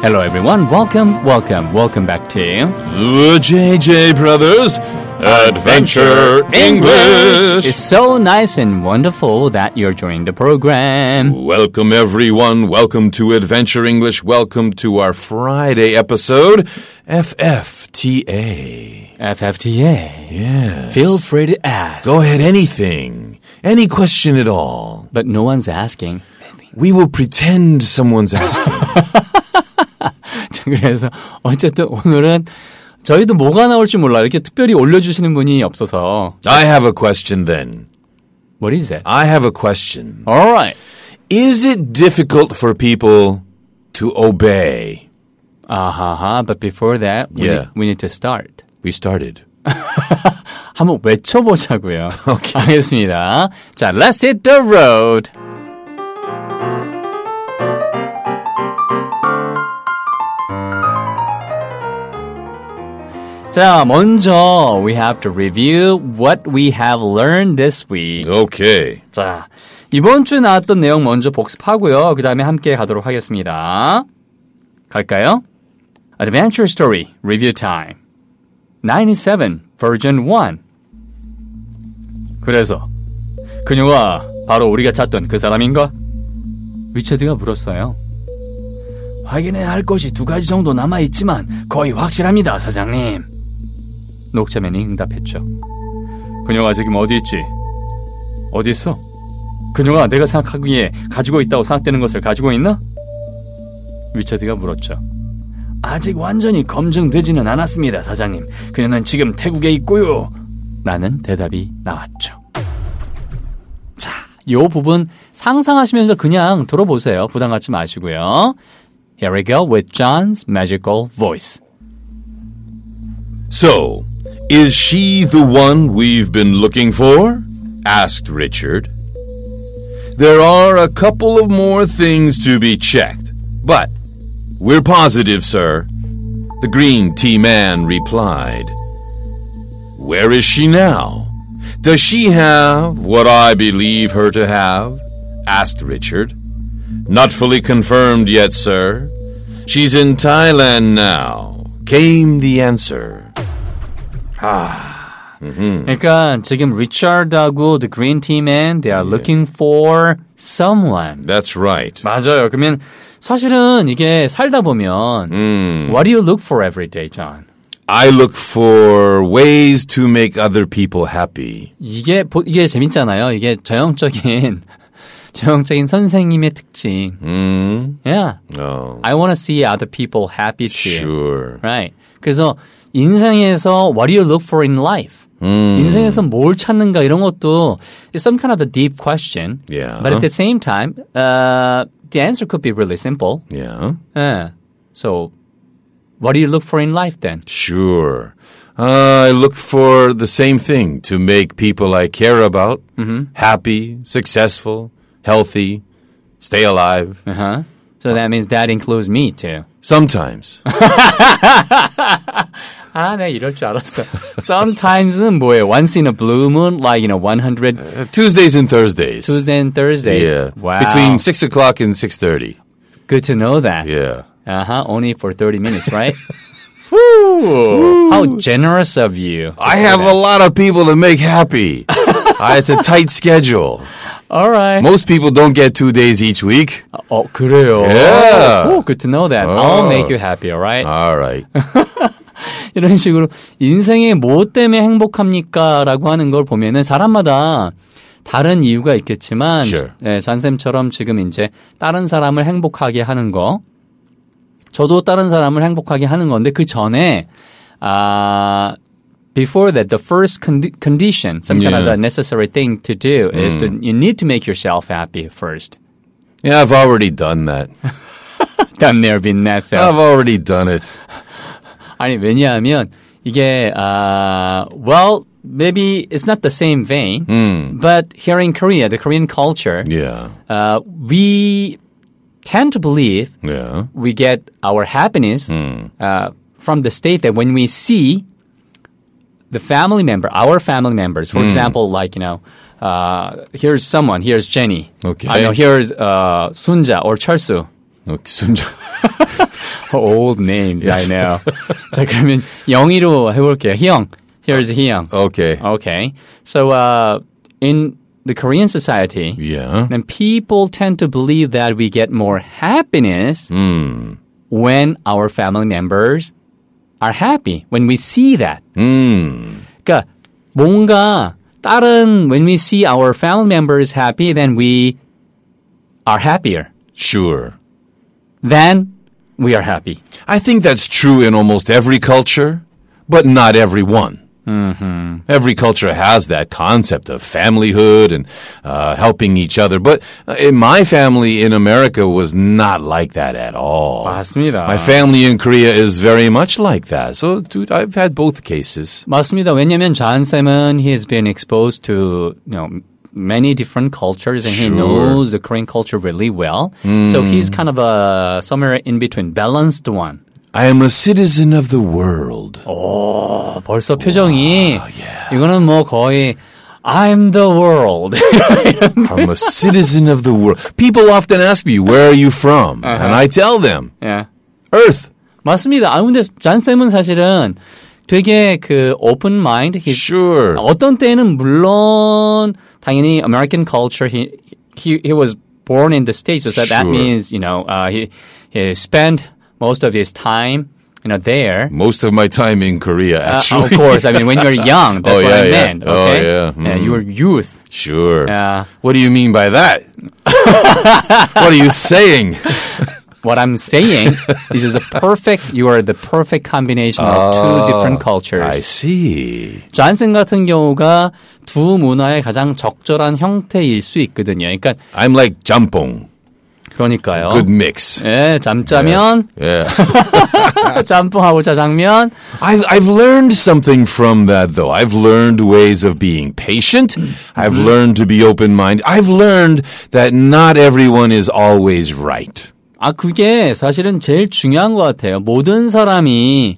Hello everyone, welcome, welcome, welcome back to The JJ Brothers Adventure English. It's so nice and wonderful that you're joining the program. Welcome, everyone. Welcome to Adventure English. Welcome to our Friday episode, FFTA. FFTA. Yes. Feel free to ask. Go ahead, anything, any question at all. But no one's asking. We will pretend someone's asking. 자, 그래서 어쨌든 오늘은 저희도 뭐가 나올지 몰라. 이렇게 특별히 올려주시는 분이 없어서. I have a question then. What is it? I have a question. Alright. Is it difficult for people to obey? 아하하. But before that, we, Yeah. need, we need to start. We started. 한번 외쳐보자고요. 오케이. 알겠습니다. 자, let's hit the road. 자, 먼저 we have to review what we have learned this week. Okay. 자, 이번 주 나왔던 내용 먼저 복습하고요. 그 다음에 함께 가도록 하겠습니다. 갈까요? Adventure Story Review Time 97 Version 1 그래서 그녀가 바로 우리가 찾던 그 사람인가? 위체드가 물었어요. 확인해야 할 것이 두 가지 정도 남아 있지만 거의 확실합니다, 사장님. 녹차맨이 응답했죠. 그녀가 지금 어디 있지? 어디 있어? 그녀가 내가 생각하기에 가지고 있다고 생각되는 것을 가지고 있나? 위쳐드가 물었죠. 아직 완전히 검증되지는 않았습니다, 사장님. 그녀는 지금 태국에 있고요. 라는 대답이 나왔죠. 자, 요 부분 상상하시면서 그냥 들어보세요. 부담 갖지 마시고요. Here we go with John's magical voice. So, is she the one we've been looking for? asked Richard. There are a couple of more things to be checked, but we're positive, sir. The green tea man replied. Where is she now? Does she have what I believe her to have? asked Richard. Not fully confirmed yet, sir. She's in Thailand now, came the answer. 그러니까 지금 리차드하고 the green team and they are looking for someone. That's right. 맞아요. 그러면 사실은 이게 살다 보면 음. What do you look for every day, John? I look for ways to make other people happy. 이게 보- 이게 재밌잖아요. 이게 저형적인 저형적인 선생님의 특징. Mm. Yeah, Oh, I want to see other people happy too. sure. Right. 그래서 인생에서 What do you look for in life? 음. 인생에서 뭘 찾는가 이런 것도 it's some kind of a deep question. Yeah. But at the same time, uh, the answer could be really simple. Yeah, Yeah. So, what do you look for in life then? sure. I look for the same thing to make people I care about happy, successful, healthy, stay alive. Huh? So that means that includes me too. Sometimes. Uh, 아, 네, 이럴 줄 알았어. Sometimes는 뭐예요? Once in a blue moon, like, you know, 100 Tuesdays and Thursdays. Tuesday and Thursday. Yeah. Wow. Between 6 o'clock and 6.30. Good to know that. Yeah. Uh-huh. Only for 30 minutes, right? Woo! How generous of you. I have a lot of people to make happy. I, it's a tight schedule. All right. Most people don't get two days each week. 어, 그래요. Yeah. Oh, good to know that. I'll make you happy, all right? All right. 이런 식으로 인생에 뭐 때문에 행복합니까라고 하는 걸 보면은 사람마다 다른 이유가 있겠지만 Sure. 예, 잔쌤처럼 지금 이제 다른 사람을 행복하게 하는 거 저도 다른 사람을 행복하게 하는 건데 그 전에 아 before that the first condi- condition some kind of Yeah. a Mm. necessary thing to do is to you need to make yourself happy first. Yeah, I've already done that. I've never been that self. I've already done it. 아니 왜냐하면 이게 아 well maybe it's not the same vein, but here in Korea, the Korean culture, Yeah. uh, we tend to believe Yeah. we get our happiness uh, from the state that when we see the family member, our family members, for example, like you know, uh, here's someone, here's Jenny, Okay. I know here's uh, Sunja or Charsu. 어, 기순자. Old names, I know. 자, 그러면 영희로 해볼게요. 희영. Here's 희영. Okay. Okay. So, uh, in the Korean society, Yeah. then people tend to believe that we get more happiness Hmm. when our family members are happy, when we see that. Hmm. 그러니까 뭔가 다른 when we see our family members happy, then we are happier Sure. than we are happy. I think that's true in almost every culture, but not everyone. Mm-hmm. Every culture has that concept of familyhood and uh, helping each other. But uh, in my family in America was not like that at all. 맞습니다. My family in Korea is very much like that. So, dude, I've had both cases. 맞습니다. 왜냐하면 잔 쌤은 he has been exposed to you know many different cultures and he Sure. knows the Korean culture really well. So he's kind of a somewhere in between, balanced one. I am a citizen of the world. Oh. 어, 벌써 표정이 이거는 뭐 거의 I'm the world. I'm a citizen of the world. People often ask me, where are you from? Uh-huh. And I tell them, 예. Earth. 맞습니다. 아 근데 잔 쌤은 사실은 되게 그 open mind. He's Sure. 어떤 때는 물론 당연히 American culture he he he was born in the states so that, that Sure. means you know uh, he he spent most of his time you know there. Most of my time in Korea, Uh, actually. of course, I mean when you're young, that's what Oh, yeah, I yeah. meant. Oh, Okay, yeah. Mm. you were youth. Sure. oh. Yeah. What do you mean by that? what are you saying? What I'm saying is, is a perfect. You are the perfect combination of two different cultures. Ah, I see. 존슨 같은 경우가 두 문화의 가장 적절한 형태일 수 있거든요. 그러니까 I'm like jampong. 그러니까요. Good mix. 예, 잠짜면 Yeah. 짬뽕하고 짜장면. I've, I've learned something from that, though. I've learned ways of being patient. I've learned to be open minded. I've learned that not everyone is always right. 아 그게 사실은 제일 중요한 것 같아요. 모든 사람이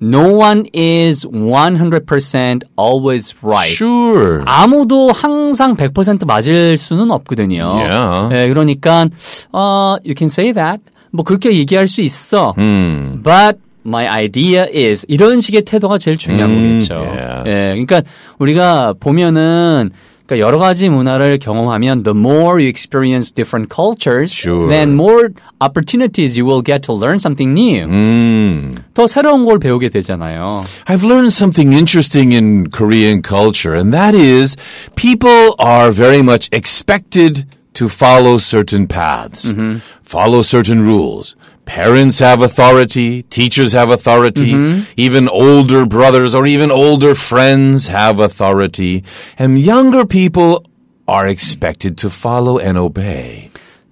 no one is 100% always right. Sure. 아무도 항상 100% 맞을 수는 없거든요. Yeah. 예, 그러니까 어, you can say that 뭐 그렇게 얘기할 수 있어. 음. But my idea is 이런 식의 태도가 제일 중요한 거겠죠. 음, yeah. 예, 그러니까 우리가 보면은 그러니까 여러 가지 문화를 경험하면 the more you experience different cultures, Sure. then more opportunities you will get to learn something new. Mm. 더 새로운 걸 배우게 되잖아요. I've learned something interesting in Korean culture, and that is people are very much expected to follow certain paths, Mm-hmm. follow certain rules. Parents have authority, teachers have authority, Mm-hmm. even older brothers or even older friends have authority, and younger people are expected to follow and obey.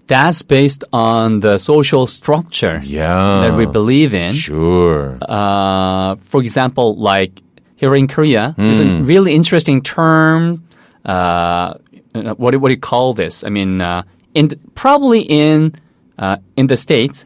That's based on the social structure Yeah. that we believe in. Sure. uh, for example, like here in Korea, there's a really interesting term. Uh, uh, what do- what do you call this? I mean, uh, in the, probably in uh, in the states,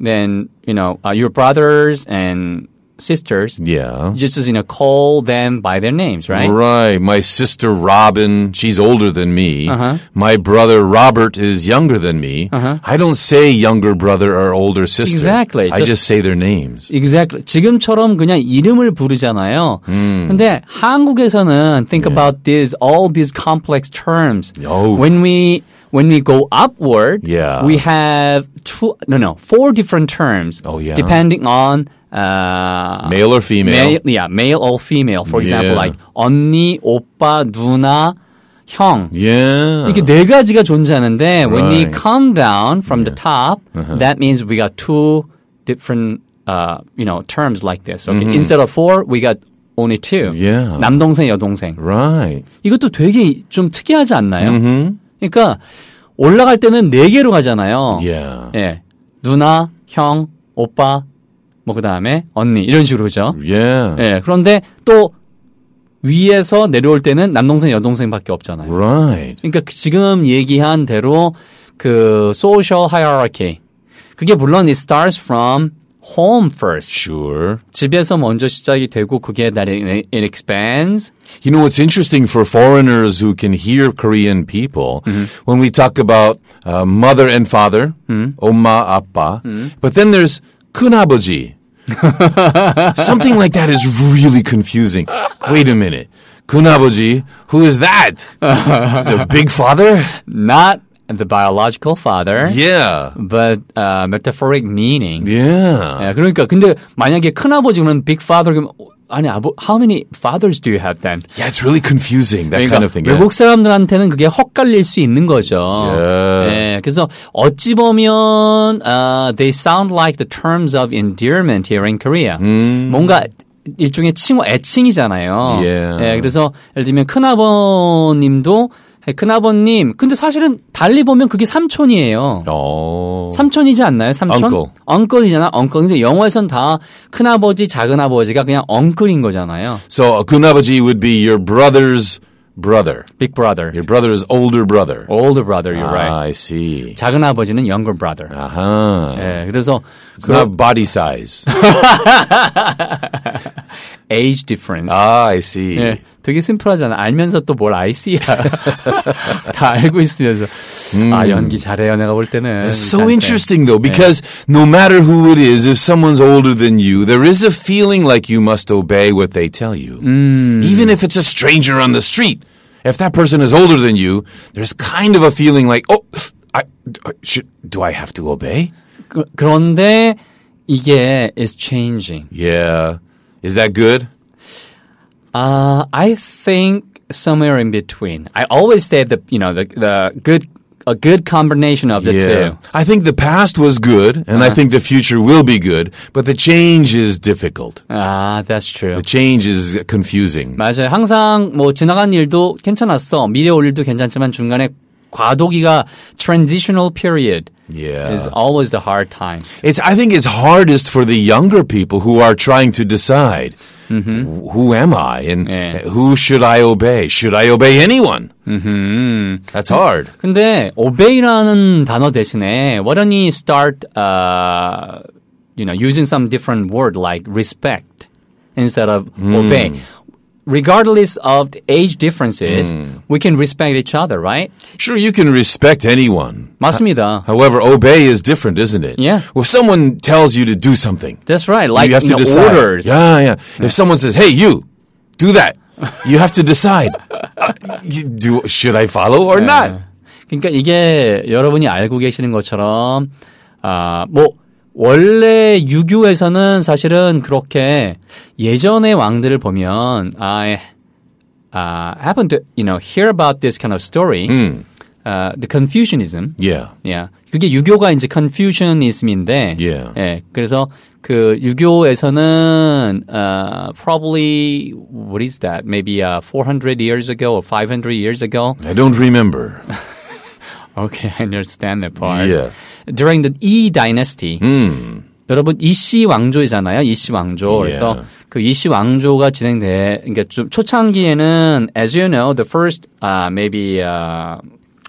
then you know uh, your brothers and sisters yeah. just you know call them by their names, right? Right. My sister Robin, she's older than me. Uh-huh. My brother Robert is younger than me. I don't say younger brother or older sister. Exactly. I Just- just, say their names. Exactly. 지금처럼 그냥 이름을 부르잖아요. 음. 근데 한국에서는 예. think about these all these complex terms. Oh. When we when we go upward, Yeah. we have two no no four different terms. Oh, yeah. Depending on uh, Male or female? male, yeah, male or female. For example, Yeah. like 언니, 오빠, 누나, 형. Yeah. 이렇게 네 가지가 존재하는데 when we Right. Uh-huh. come down from the top, that means we got two different uh, you know terms like this. Okay, instead of four, we got only two. Mm-hmm. Yeah. 남동생 여동생. Right. 이것도 되게 좀 특이하지 않나요? Mm-hmm. 그러니까 올라갈 때는 네 개로 가잖아요. Yeah. 예, 누나, 형, 오빠, 뭐 그다음에 언니 이런 식으로 그죠? Yeah. 예. 그런데 또 위에서 내려올 때는 남동생 여동생밖에 없잖아요. Right. 그러니까 그 지금 얘기한 대로 그 social hierarchy 그게 물론 it starts from home first. Sure. 집에서 먼저 시작이 되고 그게 that it, it expands. You know, it's interesting for foreigners who can hear Korean people when we talk about uh, mother and father, 엄마, 아빠, but then there's kunaboji. Something like that is really confusing. Wait a minute. Kunaboji, who is that? Is it a big father? Not the biological father, Yeah. but uh, metaphoric meaning. Yeah. 예, 그러니까 근데 만약에 큰아버지는 big father 그러면 어, 아니 아버 how many fathers do you have then? Yeah, it's really confusing, that 그러니까 kind of thing. yeah. 외국 사람들한테는 그게 헛갈릴 수 있는 거죠. 예. 예, 그래서 어찌 보면 아, they sound like the terms of endearment here in Korea. 음. 뭔가 일종의 칭호 애칭이잖아요. 예. 예, 그래서 예를 들면 큰아버님도 큰아버님. 근데 사실은 달리 보면 그게 삼촌이에요. Oh. 삼촌이지 않나요? 삼촌? Uncle. 엉클이잖아. 엉클. 근데 영어에선 다 큰아버지, 작은아버지가 그냥 엉클인 거잖아요. So, kunaboji would be your brother's brother. Big brother. Your brother's older brother. Older brother, you're right. Ah, I see. 작은아버지는 younger brother. Uh-huh. 예, 그래서 It's 그 not body size. age difference. ah, I see. 예, 되게 심플하잖아. 알면서 또 뭘 IC야. 다 알고 있으면서. 아, 연기 잘해요. 내가 볼 때는. 음. It's so 짠쌤. interesting though, because no matter who it is, if someone's older than you, there is a feeling like you must obey what they tell you. Mm. Even if it's a stranger on the street. If that person is older than you, there's kind of a feeling like, oh, I, I should, do I have to obey? 그, 그런데 이게 is changing. Yeah. Is that good? Uh, I think somewhere in between. I always say the you know the the good a good Uh-huh. combination of the two. I think the past was good, and I think the future will be good, but the change is difficult. Ah, that's true. The change is confusing. 맞아요. 항상 뭐 지나간 일도 괜찮았어. 미래 올 일도 괜찮지만 중간에 과도기가 transitional period Yeah. is always the hard time. It's I think it's hardest for the younger people who are trying to decide "Wh- who am I and Mm-hmm. Yeah. who should I obey? Should I obey anyone? Mm-hmm. That's hard. 근데 obey라는 단어 대신에 why don't you start uh, you know using some different word like respect instead of Hmm. obey. Regardless of the age differences, Hmm. we can respect each other, right? Sure, you can respect anyone. 맞습니다. However, obey is different, isn't it? Yeah. Well, if someone tells you to do something, That's right. Like you have you to know, decide. orders. Yeah, yeah, If someone says, "Hey, you, do that," you have to decide. Uh, you- do should I follow or not? 그러니까 이게 여러분이 알고 계시는 것처럼 아, 뭐 원래 유교에서는 사실은 그렇게 예전의 왕들을 보면 I uh, happen to you know hear about this kind of story. 아, the Confucianism. Yeah. Yeah. 그게 유교가 이제 Confucianism인데, Yeah. 예, 그래서 그 유교에서는 uh, probably what is that? Maybe uh, 400 years ago or 500 years ago. I don't remember. Okay, I understand that part. Yeah. Hmm. During the E Dynasty. 여러분 이씨 왕조이잖아요. 이씨 왕조. 그래서 Yeah. 그 이씨 왕조가 진행돼 그러니까 좀 초창기에는 as you know the first uh, maybe uh,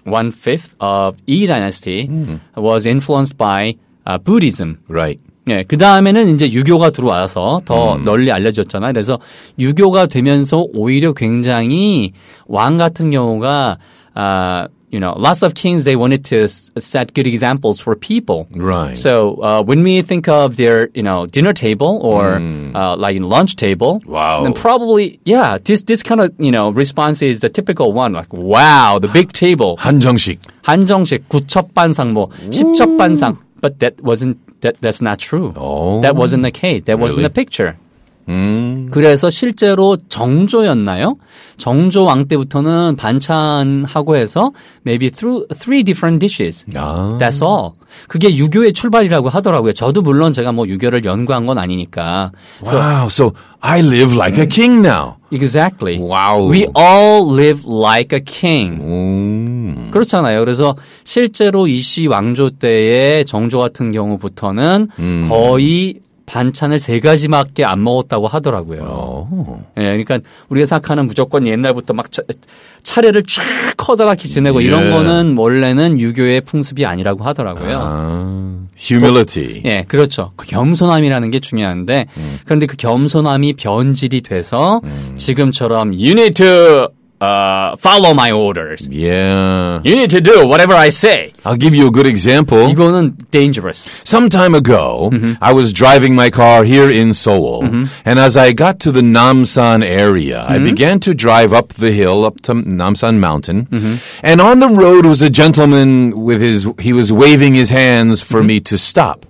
one fifth of E Dynasty Hmm. was influenced by uh, Buddhism. Right. 예, 그 다음에는 이제 유교가 들어와서 더 음. 널리 알려졌잖아요. 그래서 유교가 되면서 오히려 굉장히 왕 같은 경우가 아, you know, lots of kings they wanted to s- set good examples for people. Right. So uh, when we think of their, you know, dinner table or uh, like lunch table, 음. Wow. then probably yeah, this this kind of you know response is the typical one like wow, the big table. 한정식. 한정식 9첩반상 뭐 10첩반상 but that wasn't that that's not true. Oh. That wasn't the case. That wasn't the picture. 그래서 실제로 정조였나요? 정조 왕 때부터는 반찬하고 해서 maybe through three different dishes. 아. That's all. 그게 유교의 출발이라고 하더라고요. 저도 물론 제가 뭐 유교를 연구한 건 아니니까. Wow. So I live like a king now. Exactly. Wow. We all live like a king. Mm. 그렇잖아요. 그래서 실제로 이씨 왕조 때의 정조 같은 경우부터는 거의 반찬을 세 가지밖에 안 먹었다고 하더라고요. Oh. 예, 그러니까 우리가 생각하는 무조건 옛날부터 막 차, 차례를 쫙 커다랗게 지내고 예. 이런 거는 원래는 유교의 풍습이 아니라고 하더라고요. Ah. humility. 예, 그렇죠. 그 겸손함이라는 게 중요한데 그런데 그 겸손함이 변질이 돼서 지금처럼 you need to uh, follow my orders. Yeah. You need to do whatever I say. I'll give you a good example. 이거는 dangerous. Some time ago, I was driving my car here in Seoul, and as I got to the Namsan area, I began to drive up the hill up to Namsan Mountain, and on the road was a gentleman with his he was waving his hands for me to stop.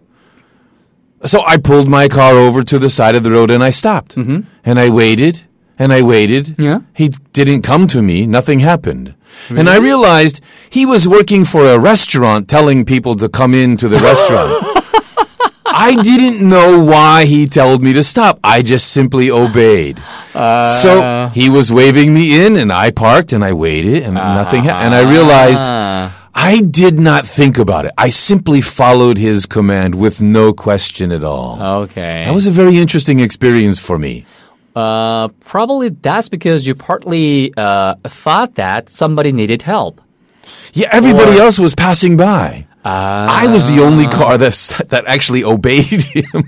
So I pulled my car over to the side of the road and I stopped. And I waited and I waited. Yeah. He didn't come to me. Nothing happened. And I realized he was working for a restaurant telling people to come into the restaurant. I didn't know why he told me to stop. I just simply obeyed. so he was waving me in and I parked and I waited and nothing happened. And I realized 아, I did not think about it. I simply followed his command with no question at all. Oh. okay. that was a very interesting experience for me. Uh, probably that's because you partly uh, thought that somebody needed help. Yeah, everybody else was passing by. I was the only car that s- that actually obeyed him.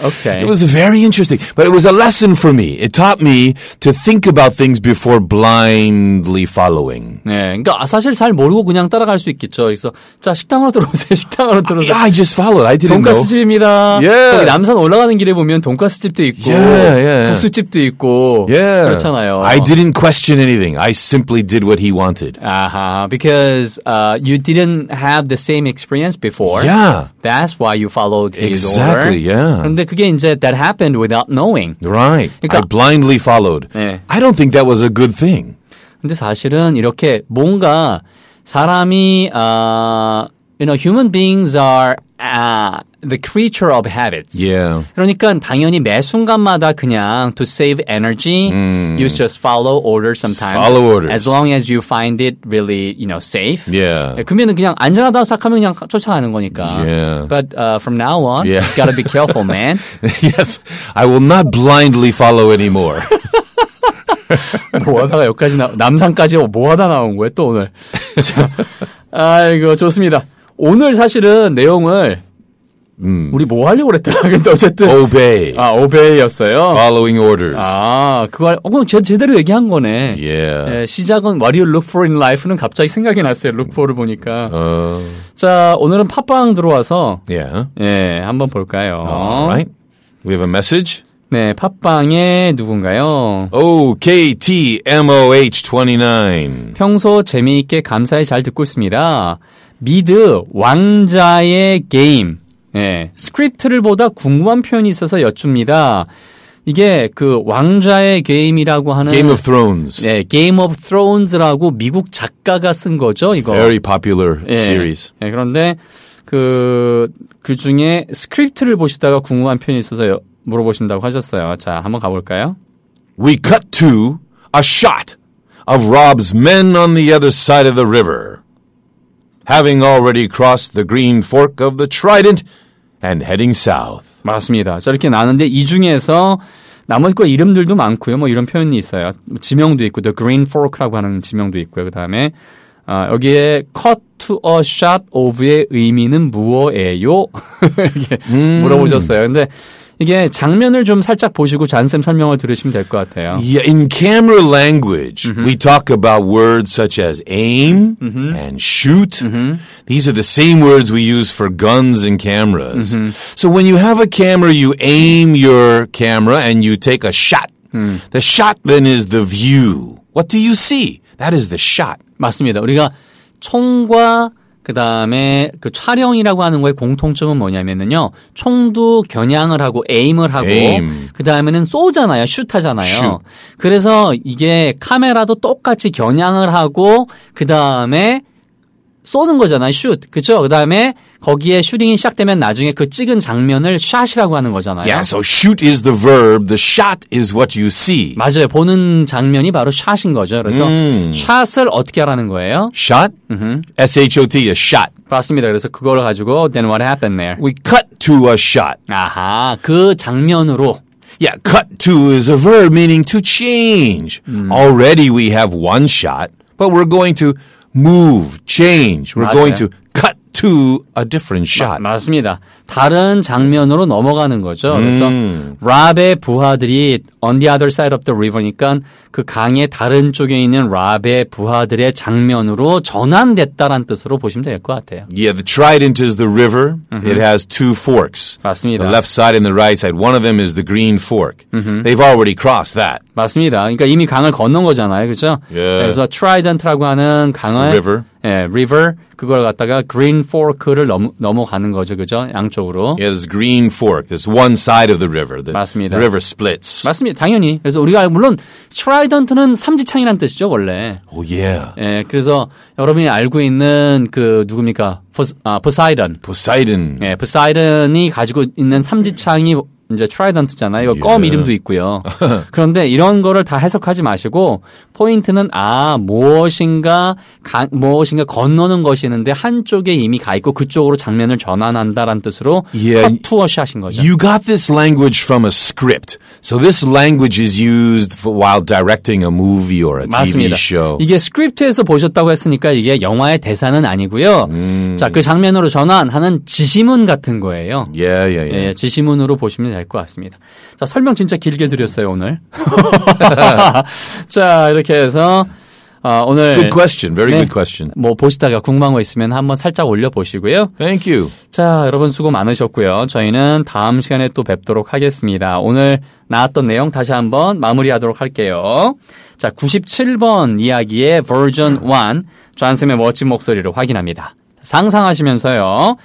Okay. It was very interesting, but it was a lesson for me. It taught me to think about things before blindly following. 네, 그러니까 사실 잘 모르고 그냥 따라갈 수 있겠죠. 그래서 자 식당으로 들어오세요. 식당으로 들어오세요. Yeah, I just followed. I didn't know. 돈가스 집입니다. 아, 예. 거기 남산 올라가는 길에 보면 돈가스 집도 있고 예, 예. 국수집도 있고 Yeah, 그렇잖아요. I didn't question anything. I simply did what he wanted. 아하, because uh, you didn't have the same experience before. Yeah. That's why you followed his Exactly, order. yeah. 그런데 그게 이제 that happened without knowing. Right. I 그러니까- blindly followed. 네. I don't think that was a good thing. 근데 사실은 이렇게 뭔가 사람이 아, you know, human beings are 아, the creature of habits. Yeah. 그러니까 당연히 매 순간마다 그냥 to save energy, you just follow order sometimes. Follow orders. As long as you find it really, you know, safe. Yeah. 그러면은 그냥 안전하다고 생각하면 그냥 쫓아가는 거니까. Yeah. But uh, from now on, Yeah. you gotta be careful, man. yes. I will not blindly follow anymore. 뭐 하다가 여기까지 나, 남산까지 뭐 하다 나온 거예요, 또 오늘. 자, 아이고, 좋습니다. 오늘 사실은 내용을, 우리 뭐 하려고 그랬더라. 근데 어쨌든, Obey. 아, 오베이였어요. Following orders. 아, 그거, 알- 어, 그럼 제, 제대로 얘기한 거네. Yeah. 예, 시작은 What do you look for in life는 갑자기 생각이 났어요. look for를 보니까. Uh, 자, 오늘은 팟빵 들어와서, yeah. 예, 한번 볼까요. All right. We have a message. 네, 팟빵에 누군가요? OKTMOH29. 평소 재미있게 감사히 잘 듣고 있습니다. 미드 왕자의 게임. 예, 스크립트를 보다 궁금한 표현이 있어서 여쭙니다. 이게 그 왕자의 게임이라고 하는 Game of Thrones. 예, 게임 오브 스라고 미국 작가가 쓴 거죠, 이거. Very popular 예. series. 예, 그런데 그, 그 중에 스크립트를 보시다가 궁금한 표현이 있어서 여- 물어보신다고 하셨어요. 자, 한번 가볼까요? We cut to a shot of Rob's men on the other side of the river, having already crossed the green fork of the Trident and heading south. 맞습니다. 저렇게 나는데 이 중에서 남은 거 이름들도 많고요. 뭐 이런 표현이 있어요. 지명도 있고 The Green Fork라고 하는 지명도 있고요. 그다음에 아, 여기에 cut to a shot of의 의미는 무엇예요? 이렇게 물어보셨어요. 근데 이게 장면을 좀 살짝 보시고 잔쌤 설명을 들으시면 될 것 같아요. Yeah, in camera language, we talk about words such as aim and shoot. These are the same words we use for guns and cameras. So when you have a camera, you aim your camera and you take a shot. The shot then is the view. What do you see? That is the shot. 맞습니다. 우리가 총과 그다음에 그 촬영이라고 하는 거의 공통점은 뭐냐면은요. 총도 겨냥을 하고 에임을 하고 에임. 그다음에는 쏘잖아요. 슛하잖아요. 슛. 그래서 이게 카메라도 똑같이 겨냥을 하고 그다음에 쏘는 거잖아요. 슛. 그렇죠? 그다음에 거기에 슈팅이 시작되면 나중에 그 찍은 장면을 샷이라고 하는 거잖아요. Yeah, so shoot is the verb, the shot is what you see. 맞아요. 보는 장면이 바로 샷인 거죠. 그래서 샷을 어떻게 하라는 거예요? Shot? S H O T, a shot. 맞습니다. 그래서 그걸 가지고 then what happened there? We cut to a shot. 아하, 그 장면으로. Yeah, cut to is a verb meaning to change. Already we have one shot, but we're going to move, change. We're Right, going yeah. to cut to a different 아, shot. 맞습니다. 다른 장면으로 넘어가는 거죠. 그래서 음. 랍의 부하들이 on the other side of the river니까 그 강의 다른 쪽에 있는 랍의 부하들의 장면으로 전환됐다란 뜻으로 보시면 될 것 같아요. Yeah, the trident is the river. It has two forks. 맞습니다. The left side and the right side. One of them is the green fork. They've already crossed that. 맞습니다. 그러니까 이미 강을 건넌 거잖아요. 그죠? 예. 그래서 트라이던트라고 하는 강을 river. 예, river 그걸 갖다가 green fork를 넘, 넘어가는 거죠. 그죠? 양쪽으로. Yeah, this green fork. This one side of the river. The, 맞습니다. the river splits. 맞습니다. 당연히. 그래서 우리가 알- 물론 트라이던트는 삼지창이란 뜻이죠, 원래. oh yeah. 예, 그래서 여러분이 알고 있는 그 누굽니까? 포스, 아, 포사이런. Poseidon. 예, 포사이런이 가지고 있는 삼지창이 이제 트라이던트잖아요. 이거 껌 예. 이름도 있고요. 그런데 이런 거를 다 해석하지 마시고 포인트는 아 무엇인가 가- 무엇인가 건너는 것이 있는데 한쪽에 이미 가 있고 그쪽으로 장면을 전환한다라는 뜻으로 예. 컷 투어샷인 거죠. You got this language from a script. So this language is used for, while directing a movie or a TV 맞습니다. show. 이게 스크립트에서 보셨다고 했으니까 이게 영화의 대사는 아니고요. 음. 자, 그 장면으로 전환하는 지시문 같은 거예요. Yeah, yeah, yeah. 예, 지시문으로 보시면 될 것 같습니다. 자, 설명 진짜 길게 드렸어요, 오늘. 자, 이렇게 해서, 어, 오늘 Good question. Very 네. good question. 뭐 보시다가 궁금한 거 있으면 한번 살짝 올려보시고요. Thank you. 자, 여러분 수고 많으셨고요. 저희는 다음 시간에 또 뵙도록 하겠습니다. 오늘 나왔던 내용 다시 한번 마무리하도록 할게요. 자, 97번 이야기의 버전 1, 존쌤의 멋진 목소리로 확인합니다. 상상하시면서요.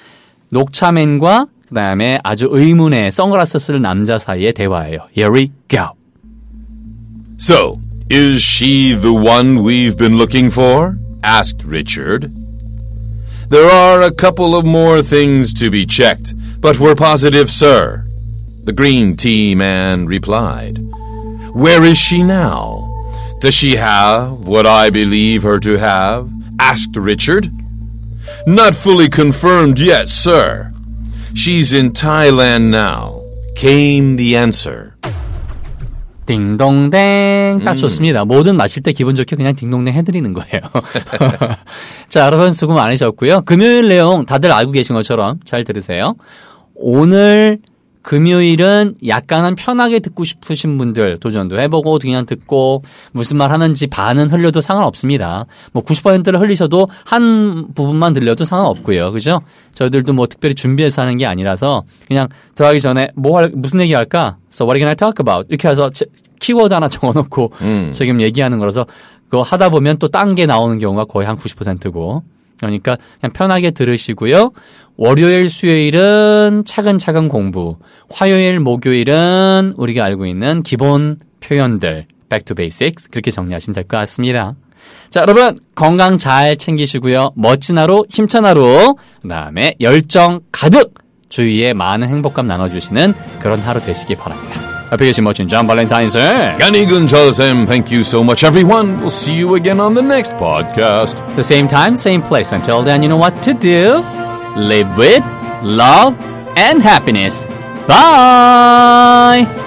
녹차맨과 그다음에 아주 의문의 선글라스 쓸 남자 사이의 대화예요. Here we go. So, is she the one we've been looking for? asked Richard. There are a couple of more things to be checked, but we're positive, sir. The green tea man replied. Where is she now? Does she have what I believe her to have? asked Richard. Not fully confirmed yet, sir. She's in Thailand now, came the answer. 딩동댕 딱 좋습니다. 뭐든 마실 때 기분 좋게 그냥 딩동댕 해드리는 거예요. 자 여러분 수고 많으셨고요. 금요일 내용 다들 알고 계신 것처럼 잘 들으세요. 오늘 금요일은 약간은 편하게 듣고 싶으신 분들 도전도 해보고 그냥 듣고 무슨 말 하는지 반은 흘려도 상관없습니다. 뭐 90%를 흘리셔도 한 부분만 들려도 상관없고요. 그죠? 저희들도 뭐 특별히 준비해서 하는 게 아니라서 그냥 들어가기 전에 뭐 할, 무슨 얘기 할까? So what can I talk about? 이렇게 해서 제- 키워드 하나 적어놓고 지금 얘기하는 거라서 그거 하다 보면 또 딴 게 나오는 경우가 거의 한 90%고 그러니까 그냥 편하게 들으시고요. 월요일, 수요일은 차근차근 공부. 화요일, 목요일은 우리가 알고 있는 기본 표현들, back to basics 그렇게 정리하시면 될 것 같습니다. 자, 여러분 건강 잘 챙기시고요. 멋진 하루, 힘찬 하루, 그다음에 열정 가득 주위에 많은 행복감 나눠주시는 그런 하루 되시기 바랍니다. 앞에 계신 멋진 존 발렌타인스. Gani Gonzalez M, thank you so much, everyone. We'll see you again on the next podcast. The same time, same place. Until then, you know what to do. Live with love and happiness. Bye!